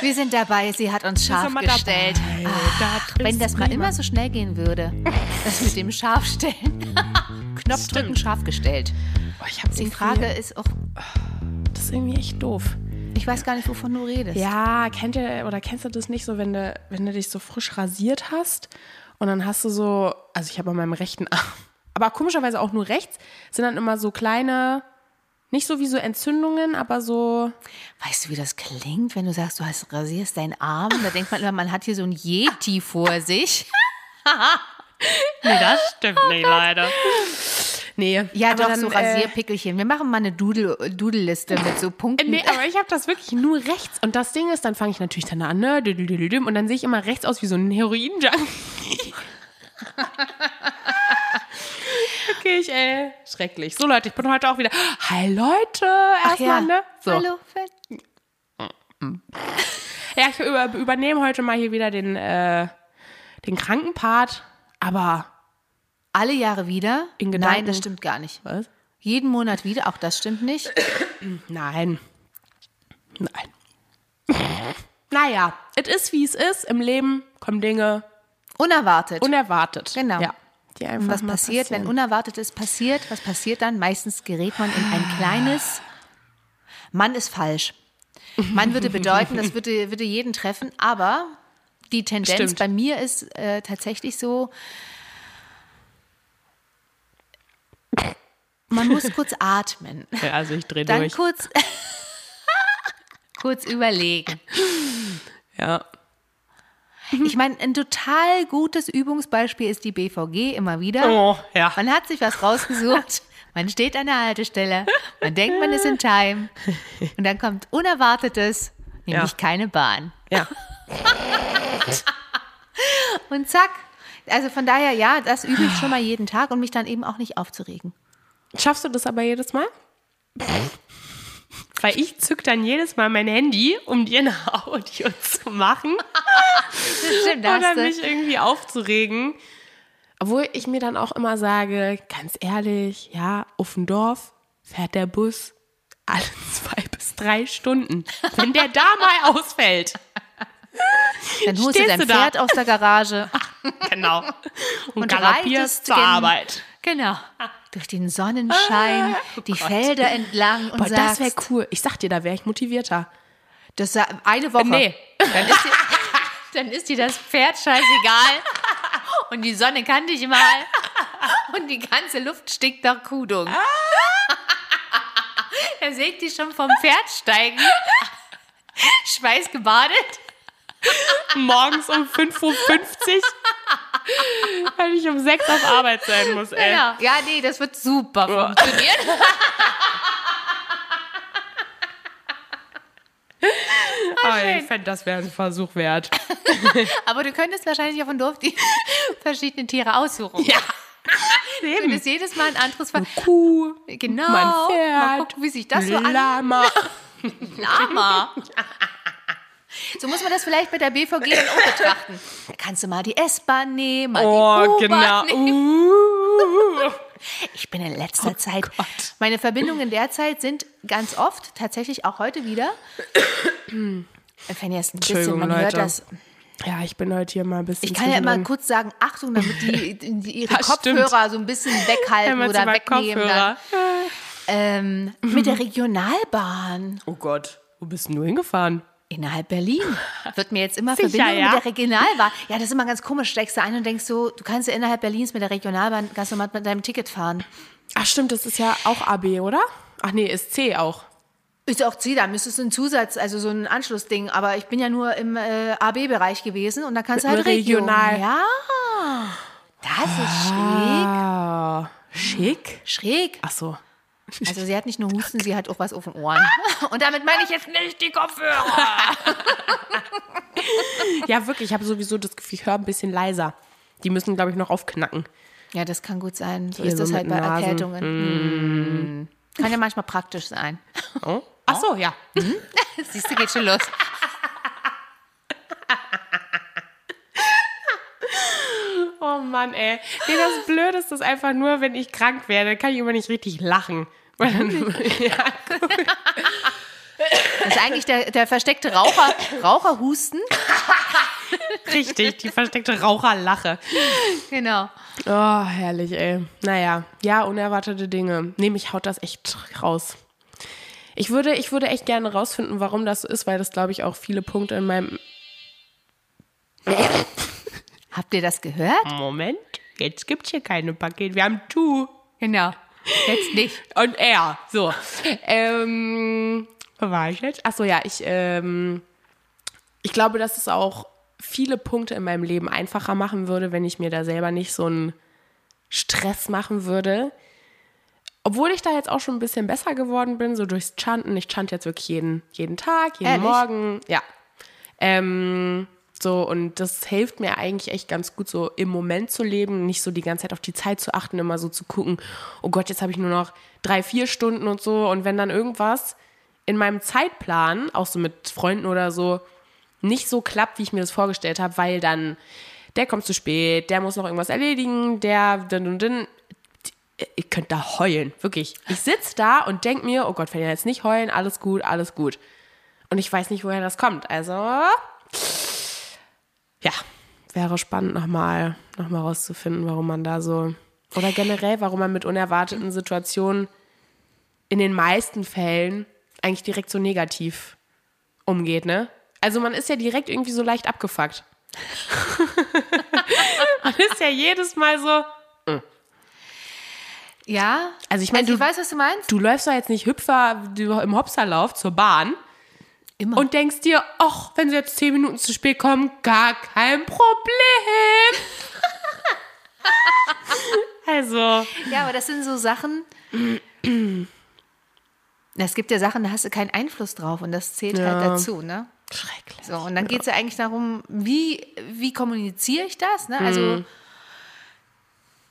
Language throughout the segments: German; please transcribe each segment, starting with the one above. Wir sind dabei, sie hat uns sind scharf wir dabei. gestellt. Ach, Das wenn ist das mal prima. immer so schnell gehen würde, das mit dem Scharfstellen. Knopf drücken, Stimmt. scharf gestellt. Oh, ich habe Die Frage ist auch, Das ist irgendwie echt doof. ich weiß gar nicht, wovon du redest. Ja, kennt ihr oder kennst du das nicht so, wenn du, wenn du dich so frisch rasiert hast und dann hast du so, also ich habe an meinem rechten Arm, aber komischerweise auch nur rechts, sind dann immer so kleine, nicht so wie so Entzündungen, aber so, Weißt du, wie das klingt, wenn du sagst, du hast, rasierst deinen Arm? Da denkt man immer, man hat hier so ein Yeti vor sich. nee, das stimmt nicht leider. Nee, Ja, aber doch, dann, so äh, Rasierpickelchen. Wir machen mal eine Doodle- Doodle-Liste mit so Punkten. Nee, aber ich habe das wirklich nur rechts. Und das Ding ist, dann fange ich natürlich dann an, ne? düdüdüdüdüm, Und dann sehe ich immer rechts aus wie so ein Heroin-Junkie. Wirklich, ey. äh, Schrecklich. So, Leute, ich bin heute auch wieder. Hi, Leute. Ach ja. Erstmal, ne? So. Hallo, Fett. Ja, ich über, übernehme heute mal hier wieder den, äh, den Krankenpart. Aber. Alle Jahre wieder? In Gedanken. Nein, das stimmt gar nicht. Was? Jeden Monat wieder, auch das stimmt nicht. Nein. Nein. naja, es ist wie es ist. Im Leben kommen Dinge Unerwartet. unerwartet. Genau. Ja. Die einfach was mal passiert, wenn passieren. Unerwartetes passiert? Was passiert dann? Meistens gerät man in ein kleines Mann ist falsch. Man würde bedeuten, das würde, würde jeden treffen, aber die Tendenz Stimmt. bei mir ist äh, tatsächlich so, man muss kurz atmen, Ja, also ich drehe dann durch. kurz, kurz überlegen. Ja. Ich meine, ein total gutes Übungsbeispiel ist die BVG immer wieder. Oh, ja. Man hat sich was rausgesucht. Man steht an der Haltestelle. Man denkt, man ist in Time. Und dann kommt Unerwartetes, nämlich Ja. keine Bahn. ja. Und zack. Also von daher, ja, das übe ich schon mal jeden Tag und mich dann eben auch nicht aufzuregen. Schaffst du das aber jedes Mal? Weil ich zück dann jedes Mal mein Handy, um dir ein Audio zu machen Das stimmt, da oder hast du. mich irgendwie aufzuregen. Obwohl ich mir dann auch immer sage, ganz ehrlich, ja, auf dem Dorf fährt der Bus alle zwei bis drei Stunden. Wenn der da mal ausfällt. Dann holst du stehst dein du da. Pferd aus der Garage. Genau. Und, Und reitest galoppierst zur gen- Arbeit. Genau. Durch den Sonnenschein, die Felder entlang und Boah, das sagst, wäre cool. Ich sag dir, da wäre ich motivierter. das sa- eine Woche. Nee. Dann ist, dir, dann ist dir das Pferd scheißegal. Und die Sonne kann dich mal. Und die ganze Luft stinkt nach Kudung. Er sägt dich schon vom Pferd steigen. Schweißgebadet. Morgens um 5.50 Uhr, wenn ich um 6 auf Arbeit sein muss, ey. Genau. Ja, nee, das wird super Uah. funktionieren. Aber Oh, ich fände, das wäre ein Versuch wert. Aber du könntest wahrscheinlich auf dem Dorf die verschiedenen Tiere aussuchen. Ja. Du Hm. könntest jedes Mal ein anderes Ver Kuh, Genau. mein Mal Pferd, gucken, wie sich das so an. Lama. Lama. So muss man das vielleicht bei der BVG dann auch betrachten. Da kannst du mal die S-Bahn nehmen, mal Oh, die U-Bahn genau. nehmen. Uh. Oh Ich bin in letzter Zeit, Gott. meine Verbindungen derzeit sind ganz oft, tatsächlich auch heute wieder. Hm. Wenn ihr es ein bisschen, Entschuldigung, man hört Leute. das. Ja, ich bin heute hier mal ein bisschen Ich kann ja immer zwischendrin. kurz sagen, Achtung, damit die, die ihre Ja, stimmt. Kopfhörer so ein bisschen weghalten Einmal oder zu meinem wegnehmen. Dann. Kopfhörer. Ähm, mit der Regionalbahn. Oh Gott, wo bist denn du hingefahren? Innerhalb Berlin. Wird mir jetzt immer Sicher, Verbindung ja? mit der Regionalbahn. Ja, das ist immer ganz komisch. Steigst du ein und denkst so, du kannst ja innerhalb Berlins mit der Regionalbahn ganz normal mit deinem Ticket fahren. Ach stimmt, das ist ja auch AB, oder? Ach nee, ist C auch. Ist auch C, da müsstest du einen Zusatz, also so ein Anschlussding. Aber ich bin ja nur im äh, AB-Bereich gewesen und da kannst du Mit halt einer Region. Regional. Ja. Das ist schräg. Ah, schick. Schräg. Ach Ah. so. Also sie hat nicht nur Husten, sie hat auch was auf den Ohren. Und damit meine ich jetzt nicht die Kopfhörer. Ja, wirklich, ich habe sowieso das Gefühl, ich höre ein bisschen leiser. Die müssen, glaube ich, noch aufknacken. Ja, das kann gut sein. So Hier ist so das mit halt bei Nasen. Erkältungen. Mm. Kann ja manchmal praktisch sein. Oh? Ach so, ja. Siehst du, geht schon los. Oh Mann, ey. Nee, das Blöde ist das einfach nur, wenn ich krank werde, kann ich immer nicht richtig lachen. Weil dann, ja, Das ist Also eigentlich der, der versteckte Raucher, Raucherhusten. Richtig, die versteckte Raucherlache. Genau. Oh, herrlich, ey. Naja, ja, unerwartete Dinge. Nee, mich haut das echt raus. Ich würde, ich würde echt gerne rausfinden, warum das so ist, weil das, glaube ich, auch viele Punkte in meinem. Habt ihr das gehört? Moment, jetzt gibt's hier keine Paket. Wir haben Tu Genau. Jetzt nicht. und Er. So. ähm, wo war ich jetzt? Achso, ja, ich, ähm, ich glaube, dass es auch viele Punkte in meinem Leben einfacher machen würde, wenn ich mir da selber nicht so einen Stress machen würde. Obwohl ich da jetzt auch schon ein bisschen besser geworden bin, so durchs Chanten. Ich chante jetzt wirklich jeden, jeden Tag, jeden Ehrlich? Morgen. Ja. Ähm, so, und das hilft mir eigentlich echt ganz gut, so im Moment zu leben, nicht so die ganze Zeit auf die Zeit zu achten, immer so zu gucken, oh Gott, jetzt habe ich nur noch drei, vier Stunden und so. Und wenn dann irgendwas in meinem Zeitplan, auch so mit Freunden oder so, nicht so klappt, wie ich mir das vorgestellt habe, weil dann der kommt zu spät, der muss noch irgendwas erledigen, der dann und dann. Ich könnte da heulen, wirklich. Ich sitze da und denke mir, oh Gott, wenn er jetzt nicht heulen, alles gut, alles gut. Und ich weiß nicht, woher das kommt. Also, ja, wäre spannend, nochmal noch mal rauszufinden, warum man da so. Oder generell, warum man mit unerwarteten Situationen in den meisten Fällen eigentlich direkt so negativ umgeht, ne? Also, man ist ja direkt irgendwie so leicht abgefuckt. man ist ja jedes Mal so. Ja. Also ich meine, also ich du- weiß, was du meinst. Du läufst doch jetzt nicht hüpfer du- im Hopserlauf zur Bahn Immer. und denkst dir, ach, wenn sie jetzt zehn Minuten zu spät kommen, gar kein Problem. also, Ja, aber das sind so Sachen. Na, es gibt ja Sachen, da hast du keinen Einfluss drauf und das zählt halt Ja. dazu, ne? schrecklich. So, und dann geht es ja eigentlich darum, wie, wie kommuniziere ich das? Ne? Also, Mhm.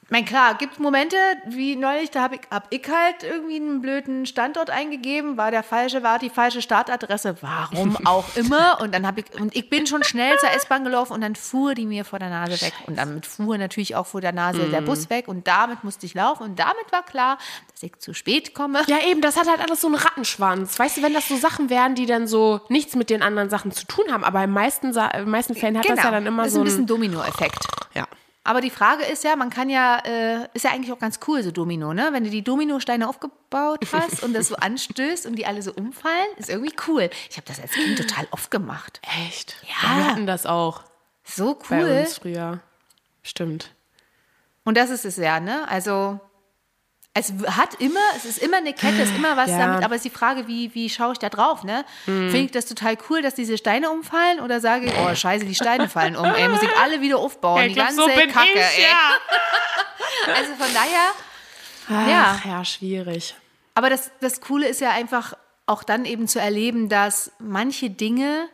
mein klar, gibt Momente, wie neulich, da habe ich, hab ich halt irgendwie einen blöden Standort eingegeben, war der falsche, war die falsche Startadresse, warum auch immer. Und dann habe ich, und ich bin schon schnell zur S-Bahn gelaufen und dann fuhr die mir vor der Nase weg. Und damit fuhr natürlich auch vor der Nase Mhm. der Bus weg und damit musste ich laufen. Und damit war klar, dass ich zu spät komme. Ja, eben, das hat halt alles so einen Rattenschwanz. Weißt du, wenn das so Sachen wären, die dann so nichts mit den anderen Sachen zu tun haben, aber in meisten, Sa in meisten Fällen hat Genau. das ja dann immer Genau. ist so ein bisschen Domino-Effekt. ja. Aber die Frage ist ja, man kann ja, äh, ist ja eigentlich auch ganz cool, so Domino, ne? Wenn du die Dominosteine aufgebaut hast und das so anstößt und die alle so umfallen, ist irgendwie cool. Ich habe das als Kind total oft gemacht. Echt? Ja. Wir hatten das auch So bei cool. uns früher. Stimmt. Und das ist es ja, ne? Also, es hat immer, es ist immer eine Kette, es ist immer was Ja. Hm. damit, aber es ist die Frage, wie, wie schaue ich da drauf, ne? Finde ich das total cool, dass diese Steine umfallen oder sage ich, oh, scheiße, die Steine fallen um, ey, muss ich alle wieder aufbauen, die ganze Kacke, ey. ja. Also von daher, Ja. Ach, ja, schwierig. Aber das, das Coole ist ja einfach auch dann eben zu erleben, dass manche Dinge,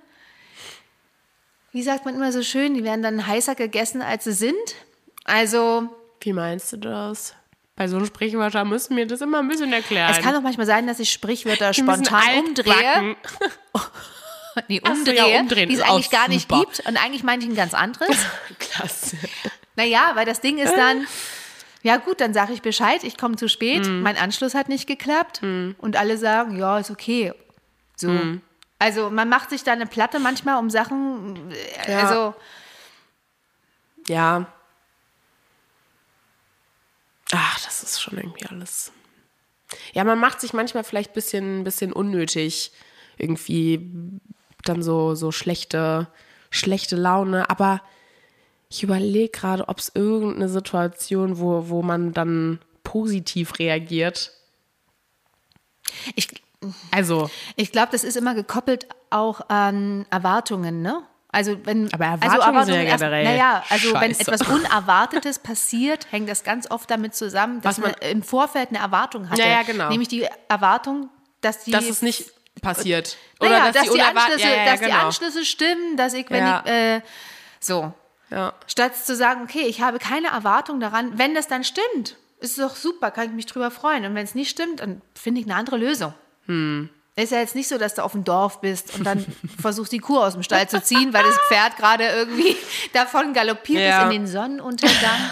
wie sagt man immer so schön, die werden dann heißer gegessen, als sie sind. Also Wie meinst du das? Bei so einem Sprichwörter müssen wir das immer ein bisschen erklären. es kann auch manchmal sein, dass ich Sprichwörter Wir müssen spontan umdrehe, altbacken. nee, Ach so, umdrehe ja, umdrehen die es ist auch eigentlich gar nicht super. gibt und eigentlich meine ich ein ganz anderes. Klasse. Naja, weil das Ding ist Äh. dann, ja gut, dann sage ich Bescheid, ich komme zu spät, Mhm. mein Anschluss hat nicht geklappt und alle sagen, ja, ist okay. So. Mhm. Also man macht sich da eine Platte manchmal um Sachen, äh, Ja. also Ja. Ach, das ist schon irgendwie alles. Ja, man macht sich manchmal vielleicht ein bisschen, bisschen unnötig irgendwie dann so, so schlechte, schlechte Laune. Aber ich überlege gerade, ob es irgendeine Situation, wo, wo man dann positiv reagiert. ich, Also, ich glaube, das ist immer gekoppelt auch an Erwartungen, ne? Also wenn, Aber also Erwartungen sind ja erst- generell Naja, also wenn scheiße. etwas Unerwartetes passiert, hängt das ganz oft damit zusammen, dass Was man- man im Vorfeld eine Erwartung hatte. Ja, ja, genau. Nämlich die Erwartung, dass die dass es nicht passiert. Oder naja, dass, die, unerwart- Anschlüsse, ja, ja, ja, dass die genau. Anschlüsse stimmen, dass ich, wenn Ja. ich, äh, so. Ja. Statt zu sagen, okay, ich habe keine Erwartung daran, wenn das dann stimmt, ist es doch super, kann ich mich drüber freuen. Und wenn es nicht stimmt, dann finde ich eine andere Lösung. Hm. Ist ja jetzt nicht so, dass du auf dem Dorf bist und dann versuchst, die Kuh aus dem Stall zu ziehen, weil das Pferd gerade irgendwie davon galoppiert Ja. ist in den Sonnenuntergang.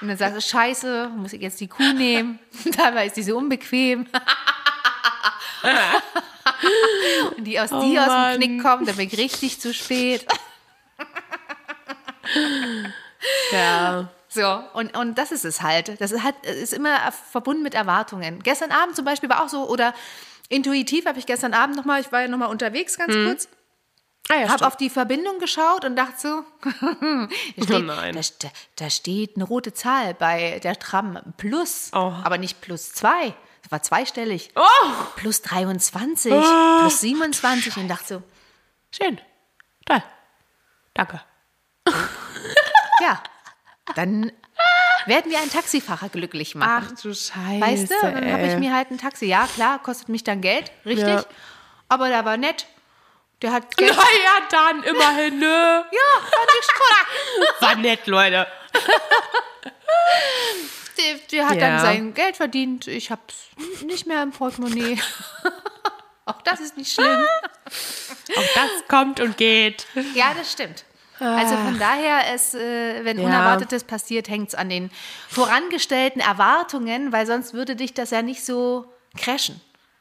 Und dann sagst du, scheiße, muss ich jetzt die Kuh nehmen? Dabei ist die so unbequem. Und Sachen, die aus Oh dir aus dem Mann. Knick kommen, dann bin ich richtig zu spät. Ja. So, und, und das ist es halt. Das ist halt, ist immer verbunden mit Erwartungen. Gestern Abend zum Beispiel war auch so, oder intuitiv habe ich gestern Abend nochmal, ich war ja nochmal unterwegs ganz kurz, Ah, ja, habe Mhm. stimmt. Oh auf die Verbindung geschaut und dachte so, da, steht, nein. da, st- da steht eine rote Zahl bei der Tram plus, Oh. aber nicht plus zwei. Das war zweistellig. Oh! Plus 23, plus 27 und dachte so, Schön. Toll. Danke. ja, dann werden wir einen Taxifahrer glücklich machen. Ach du Scheiße. Weißt du, dann habe ich ey. mir halt ein Taxi. Ja, klar, kostet mich dann Geld, richtig. äh. Ja. Aber der war nett. Der hat Na Geld. ja, dann immerhin, ne? Ja, fand ich schon. War nett, Leute. Der, der hat Ja. dann sein Geld verdient. Ich hab's nicht mehr im Portemonnaie. Auch das ist nicht schlimm. Auch das kommt und geht. Ja, das stimmt. Also von daher, es, äh, wenn Ah. Ja. Unerwartetes passiert, hängt's an den vorangestellten Erwartungen, weil sonst würde dich das ja nicht so crashen.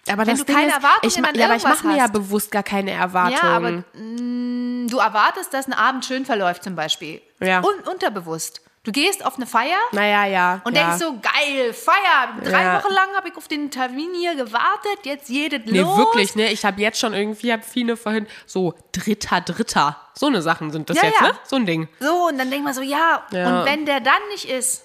Aber Wenn das du Ding keine ist, Erwartungen ich, ma- an ja, aber ich irgendwas mache mir ja hast. bewusst gar keine Erwartungen. Ja, aber mm, du erwartest, dass ein Abend schön verläuft zum Beispiel. Ja. Un unterbewusst. Du gehst auf eine Feier naja, ja. und ja. denkst so, geil, Feier. Drei Ja. Wochen lang habe ich auf den Termin hier gewartet, jetzt jedes Nee, los. wirklich, ne? Ich habe jetzt schon irgendwie, hab viele vorhin so Dritter, Dritter. So eine Sachen sind das Ja, jetzt, ja. ne? So ein Ding. So, und dann denkt man so, ja. Ja. Und wenn der dann nicht ist,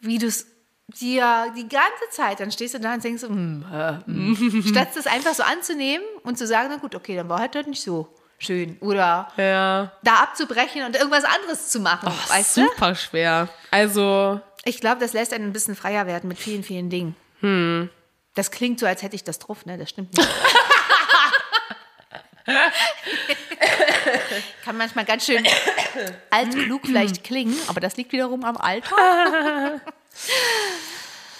wie du es dir die ganze Zeit, dann stehst du da und denkst so, hm, äh, hm. statt das einfach so anzunehmen und zu sagen, na gut, okay, dann war halt heute nicht so schön. Oder Ja. da abzubrechen und irgendwas anderes zu machen, weißt du? super schwer. Also, Ich glaube, das lässt einen ein bisschen freier werden mit vielen, vielen Dingen. Hm. Das klingt so, als hätte ich das drauf, ne? Das stimmt nicht. Kann manchmal ganz schön altklug vielleicht klingen, aber das liegt wiederum am Alter.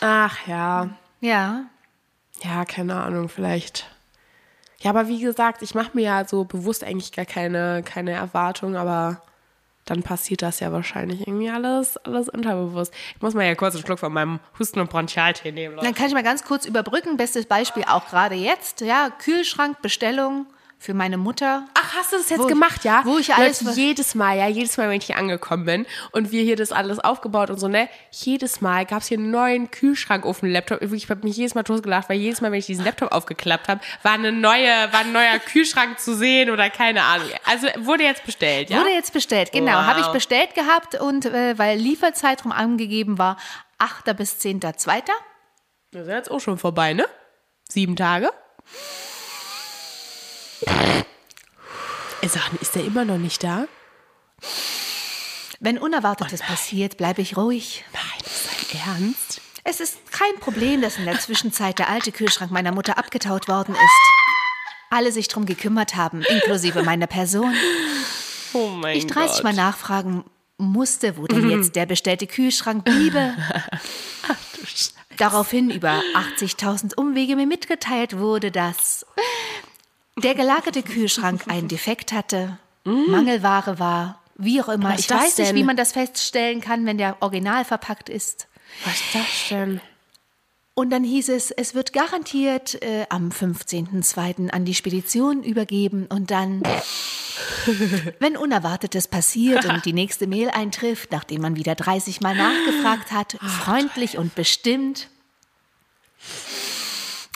ach ja. Ja. Ja, keine Ahnung, vielleicht. Ja, aber wie gesagt, ich mache mir ja so bewusst eigentlich gar keine, keine Erwartung, aber dann passiert das ja wahrscheinlich irgendwie alles, alles unterbewusst. Ich muss mal ja kurz einen Schluck von meinem Husten- und Bronchialtee nehmen. Leute. Dann kann ich mal ganz kurz überbrücken. Bestes Beispiel auch gerade jetzt. Ja, Kühlschrankbestellung für meine Mutter. Ach, hast du das jetzt Wo- gemacht, ja? wo ich alles- Leute, jedes Mal, ja, jedes Mal, wenn ich hier angekommen bin und wir hier das alles aufgebaut und so, ne? Jedes Mal gab es hier einen neuen Kühlschrank auf dem Laptop. Ich habe mich jedes Mal totgelacht, weil jedes Mal, wenn ich diesen Laptop aufgeklappt habe, war eine neue, war ein neuer Kühlschrank zu sehen oder keine Ahnung. Also wurde jetzt bestellt, ja? Wurde jetzt bestellt, genau. Wow. Habe ich bestellt gehabt und äh, weil Lieferzeitraum angegeben war, 8. bis 10.2. Das ist jetzt auch schon vorbei, ne? Sieben Tage. Ist, er, ist der immer noch nicht da? Wenn Unerwartetes passiert, bleibe ich ruhig. Nein, ist dein Ernst? Es ist kein Problem, dass in der Zwischenzeit der alte Kühlschrank meiner Mutter abgetaut worden ist. Alle sich drum gekümmert haben, inklusive meiner Person. Oh mein Ich 30 Mal nachfragen musste, wo denn jetzt der bestellte Kühlschrank bliebe. Daraufhin über 80.000 Umwege mir mitgeteilt wurde, dass der gelagerte Kühlschrank einen Defekt hatte, Mangelware war, wie auch immer. Was Ich Mm. das weiß nicht, denn? wie man das feststellen kann, wenn der original verpackt ist. Was ist das denn? Und dann hieß es, es wird garantiert äh, am 15.02. an die Spedition übergeben und dann, wenn Unerwartetes passiert und die nächste Mail eintrifft, nachdem man wieder 30 Mal nachgefragt hat, freundlich und bestimmt.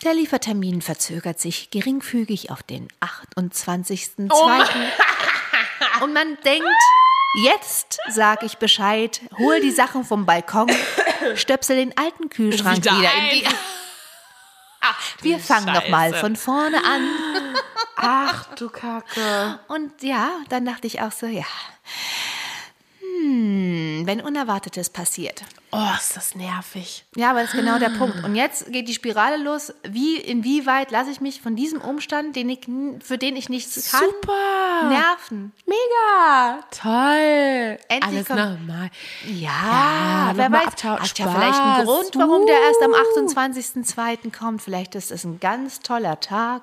Der Liefertermin verzögert sich geringfügig auf den 28.02. Und man denkt, jetzt sag ich Bescheid, hol die Sachen vom Balkon, stöpsel den alten Kühlschrank Wieder wieder, in die. ein. Wir fangen Scheiße. nochmal von vorne an. Ach du Kacke. Und ja, dann dachte ich auch so, ja. Hm, wenn Unerwartetes passiert. Oh, ist das nervig. Ja, aber das ist genau der Punkt. Und jetzt geht die Spirale los. Wie, inwieweit lasse ich mich von diesem Umstand, den ich, n- für den ich nichts kann, Super. nerven? Mega. Toll. Endlich Alles kommt- normal. Ja, Ja, wer nochmal weiß, abtauen, hat ja vielleicht einen Spaß. Grund, warum der Uh. erst am 28.02. kommt. Vielleicht ist es ein ganz toller Tag.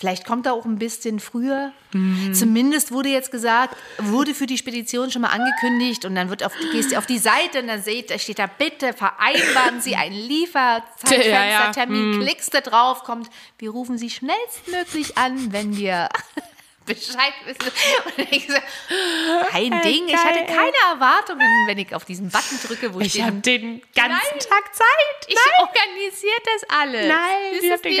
Vielleicht kommt er auch ein bisschen früher. Mhm. Zumindest wurde jetzt gesagt, wurde für die Spedition schon mal angekündigt und dann wird auf, gehst du auf die Seite und dann seht, da steht da, bitte vereinbaren Sie einen Ja, ja. Mhm. Lieferzeitfenstertermin, klickst da drauf, kommt, wir rufen Sie schnellstmöglich an, wenn wir Bescheid wissen. Und ich so, Äh, kein Ding, ich hatte keine Erwartungen, wenn ich auf diesen Button drücke, wo Ich steht, habe den ganzen Nein. Tag Zeit. ich organisiere das alles. Nein, das ich ist habe den nicht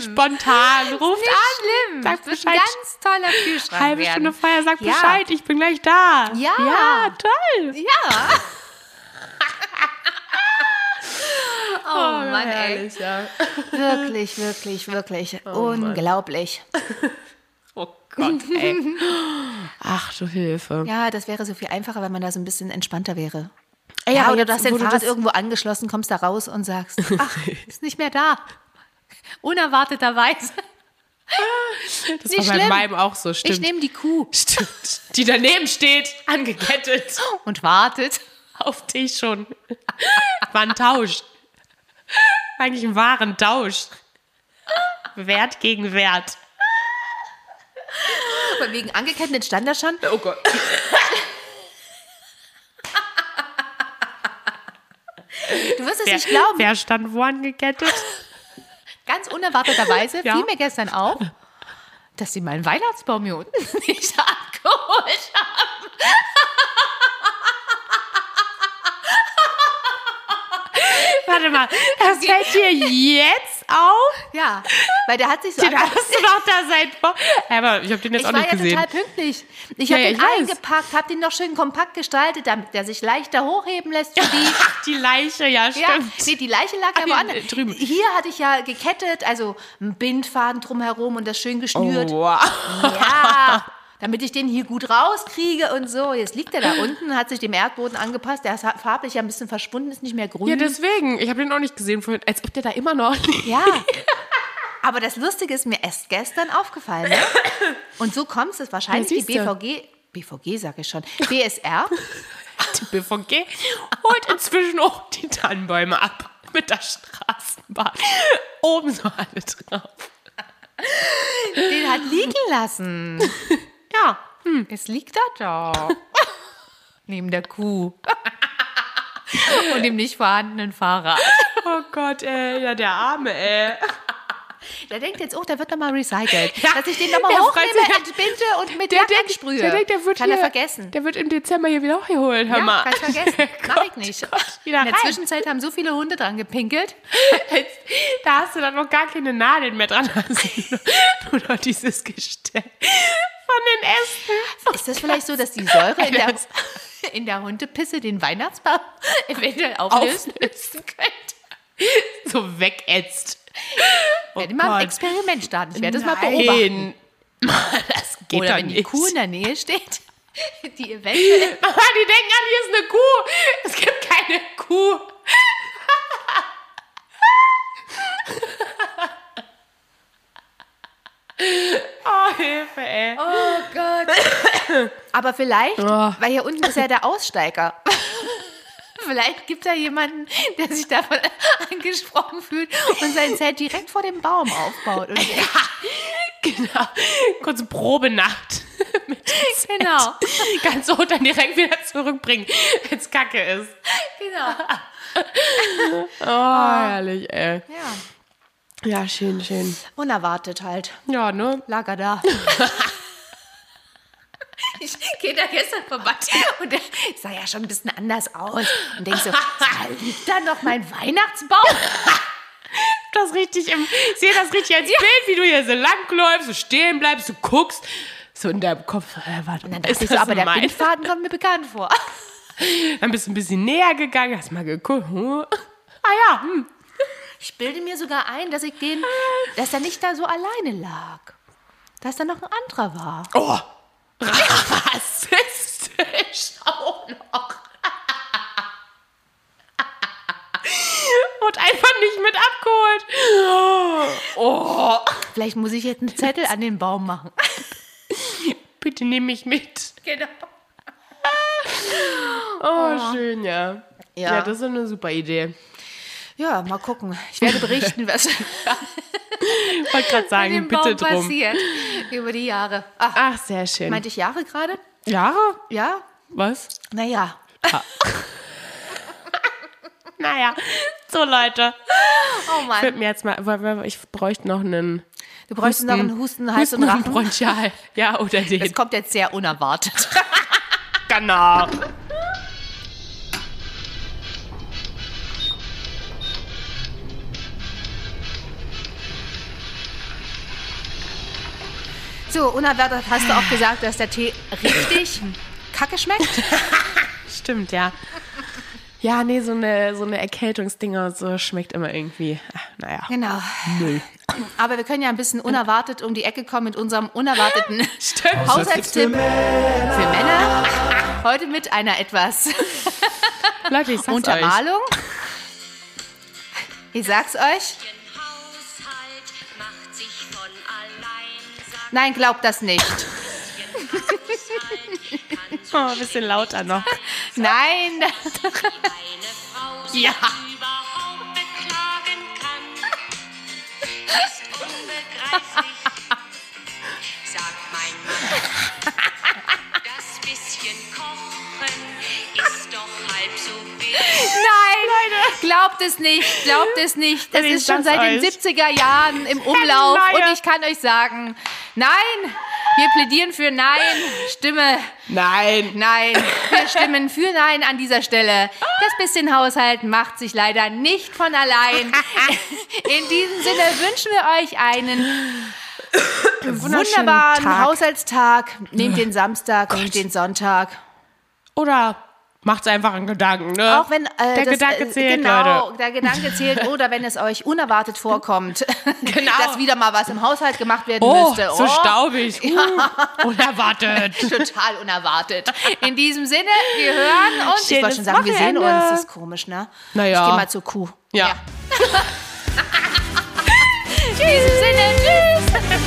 schlimm. spontan. Ruft Nicht an. schlimm. Sag das wird Bescheid. ein ganz toller Kühlschrank Halbe werden. Stunde vorher, sag Ja. Bescheid, ich bin gleich da. Ja. Ja, toll. Ja. oh Mann, ey. Oh, Herrlich, ja. Wirklich, wirklich, wirklich. Unglaublich. Oh Gott, ey. Ach du Hilfe. Ja, das wäre so viel einfacher, wenn man da so ein bisschen entspannter wäre. Ey, ja, aber oder jetzt, du hast den wo du Fahrrad das- irgendwo angeschlossen, kommst da raus und sagst, ach, ist nicht mehr da. Unerwarteterweise. Das Nicht war bei schlimm. meinem auch so, Ich stimmt. nehme die Kuh Stimmt. Die daneben steht, angekettet. und wartet. Auf dich schon. War ein Tausch. War Eigentlich ein wahren Tausch. Wert gegen Wert. Von Wegen angekettet stand da schon. Oh Gott. Du wirst es Wer, nicht glauben. wer stand wo angekettet? Ganz unerwarteterweise Ja. fiel mir gestern auf, dass sie meinen Weihnachtsbaum hier unten nicht abgeholt haben. Warte mal, das fällt dir jetzt auf? Ja, weil der hat sich so Den ange- hast du doch da seit Wochen. Aber ich habe den jetzt Ich auch war nicht ja gesehen. total pünktlich. Ich Ja, habe ja, den ich weiß. eingepackt, habe den noch schön kompakt gestaltet, damit der sich leichter hochheben lässt für die. Ach, die Leiche, ja, Ja, stimmt. nee, die Leiche lag ja ja, woanders. äh, drüben. Hier hatte ich ja gekettet, also einen Bindfaden drumherum und das schön geschnürt. Oh, wow. Ja, damit ich den hier gut rauskriege und so. Jetzt liegt er da unten, hat sich dem Erdboden angepasst. Der ist farblich ja ein bisschen verschwunden, ist nicht mehr grün. Ja, deswegen. Ich habe den auch nicht gesehen vorhin. Als ob der da immer noch liegt. Ja. Aber das Lustige ist mir erst gestern aufgefallen. Ne? Und so kommt es wahrscheinlich Ja, die siehste. BVG, BVG sage ich schon, BSR. Die BVG holt inzwischen auch die Tannenbäume ab. Mit der Straßenbahn. Oben so alle drauf. Den hat liegen lassen. Ja. Es liegt da doch. Neben der Kuh. Und dem nicht vorhandenen Fahrer. Oh Gott, ey. Ja, der Arme, ey. Der denkt jetzt, oh, der wird nochmal recycelt. Ja, Dass ich den nochmal der freut hochnehme, sich. entbinde und mit Der Lack denkt, ansprühe. der denkt, der wird Kann er hier- vergessen. Der wird im Dezember hier wieder hochgeholt, hör ja, mal. Oh kannst vergessen. Mach ich nicht. wieder In der rein. Zwischenzeit haben so viele Hunde dran gepinkelt. Jetzt, da hast du dann noch gar keine Nadeln mehr dran. Hast du nur noch dieses Gestell von den Ästen. Ist das vielleicht so, dass die Säure in der, in der Hundepisse den Weihnachtsbaum eventuell auflöst? auflösen könnte. So wegätzt. Oh Ich werde mal ein Experiment starten. Ich werde das mal beobachten. Nein. Das geht Oder doch wenn die nicht. Kuh in der Nähe steht, die eventuell. Mama, die denken an, hier ist eine Kuh. Es gibt keine Kuh. oh, Hilfe, ey. Oh Gott. Aber vielleicht, Oh. weil hier unten ist ja der Aussteiger. Vielleicht gibt da jemanden, der sich davon angesprochen fühlt und sein Zelt direkt vor dem Baum aufbaut. Und Genau. Kurze Probenacht. Mit dem Set. Genau. Ganz so dann direkt wieder zurückbringen, wenn es kacke ist. genau. Oh, herrlich, ey. Ja. Ja, schön, schön. Unerwartet halt. Ja, ne? Lager da. Ich gehe da gestern vorbei und der sah ja schon ein bisschen anders aus. Und denke so, da liegt da noch mein Weihnachtsbaum? das richtig im, ich sehe das richtig als Bild, wie du hier so langläufst, so stehen bleibst, du guckst, so in deinem Kopf, äh, warte, Und dann ist dachte ich so, das aber der mein? Bindfaden kommt mir bekannt vor. Dann bist du ein bisschen näher gegangen, hast mal geguckt, hm. ah ja, hm. Ich bilde mir sogar ein, dass ich den, dass er nicht da so alleine lag. Dass da noch ein anderer war. oh, rassistisch auch noch. Wurde einfach nicht mit abgeholt. Oh, Vielleicht muss ich jetzt einen Zettel an den Baum machen. bitte nimm mich mit. Genau. Oh, schön, ja. Ah. Ja. ja, das ist eine super Idee. Ja, mal gucken. Ich werde berichten, was. wollte gerade mit sagen, dem Hm. bitte Baum drum. passiert über die Jahre. Ach, Ach, sehr schön. meinte ich Jahre gerade? Jahre? Ja? Was? Naja. Naja, so Leute. Oh Mann. Wird mir jetzt mal, weil- weil- ich bräuchte noch einen Du bräuchst noch einen Husten, Hals und Husten- Rachen. Bronchial. Ja, oder Das den. kommt jetzt sehr unerwartet. Genau. So, unerwartet hast du auch gesagt, dass der Tee richtig kacke schmeckt. Stimmt, ja. Ja, nee, so eine, so eine Erkältungsdinger und so schmeckt immer irgendwie. Ach, naja. Genau. Aber wir können ja ein bisschen unerwartet um die Ecke kommen mit unserem unerwarteten Stimmt. Haushaltstipp für Männer. Heute mit einer etwas Leute, ich sag's euch. Untermalung. Ich sag's euch. Haushalt macht sich von allein. Sag Nein, glaubt das nicht. Haushalt kann so Oh, ein bisschen lauter noch. Nein. wie meine Frau sich Ja. überhaupt beklagen kann. Ist unbegreiflich, sagt mein Mann. Das bisschen Kochen ist doch halb so wild. Nein, glaubt es nicht, glaubt es nicht. Das Und ich ist schon sag's seit den euch. 70er Jahren im Umlauf Nein. und ich kann euch sagen, nein, wir plädieren für Nein, Stimme Nein. Nein. Wir stimmen für Nein an dieser Stelle. Das bisschen Haushalt macht sich leider nicht von allein. In diesem Sinne wünschen wir euch einen Wunderschönen wunderbaren Tag. Haushaltstag. Nehmt den Samstag, nehmt den Sonntag. Oder macht's einfach einen Gedanken, ne? Auch wenn äh, der das, Gedanke äh, zählt, genau, Leute. der Gedanke zählt oder wenn es euch unerwartet vorkommt, Genau. dass wieder mal was im Haushalt gemacht werden Oh, müsste. so staubig. Uh, unerwartet. Total unerwartet. In diesem Sinne, wir hören uns. ich wollte Schönes schon sagen, wir sehen Wochenende. uns. Das ist komisch, ne? Naja. Ich geh mal zur Kuh. Ja. In diesem Sinne, tschüss.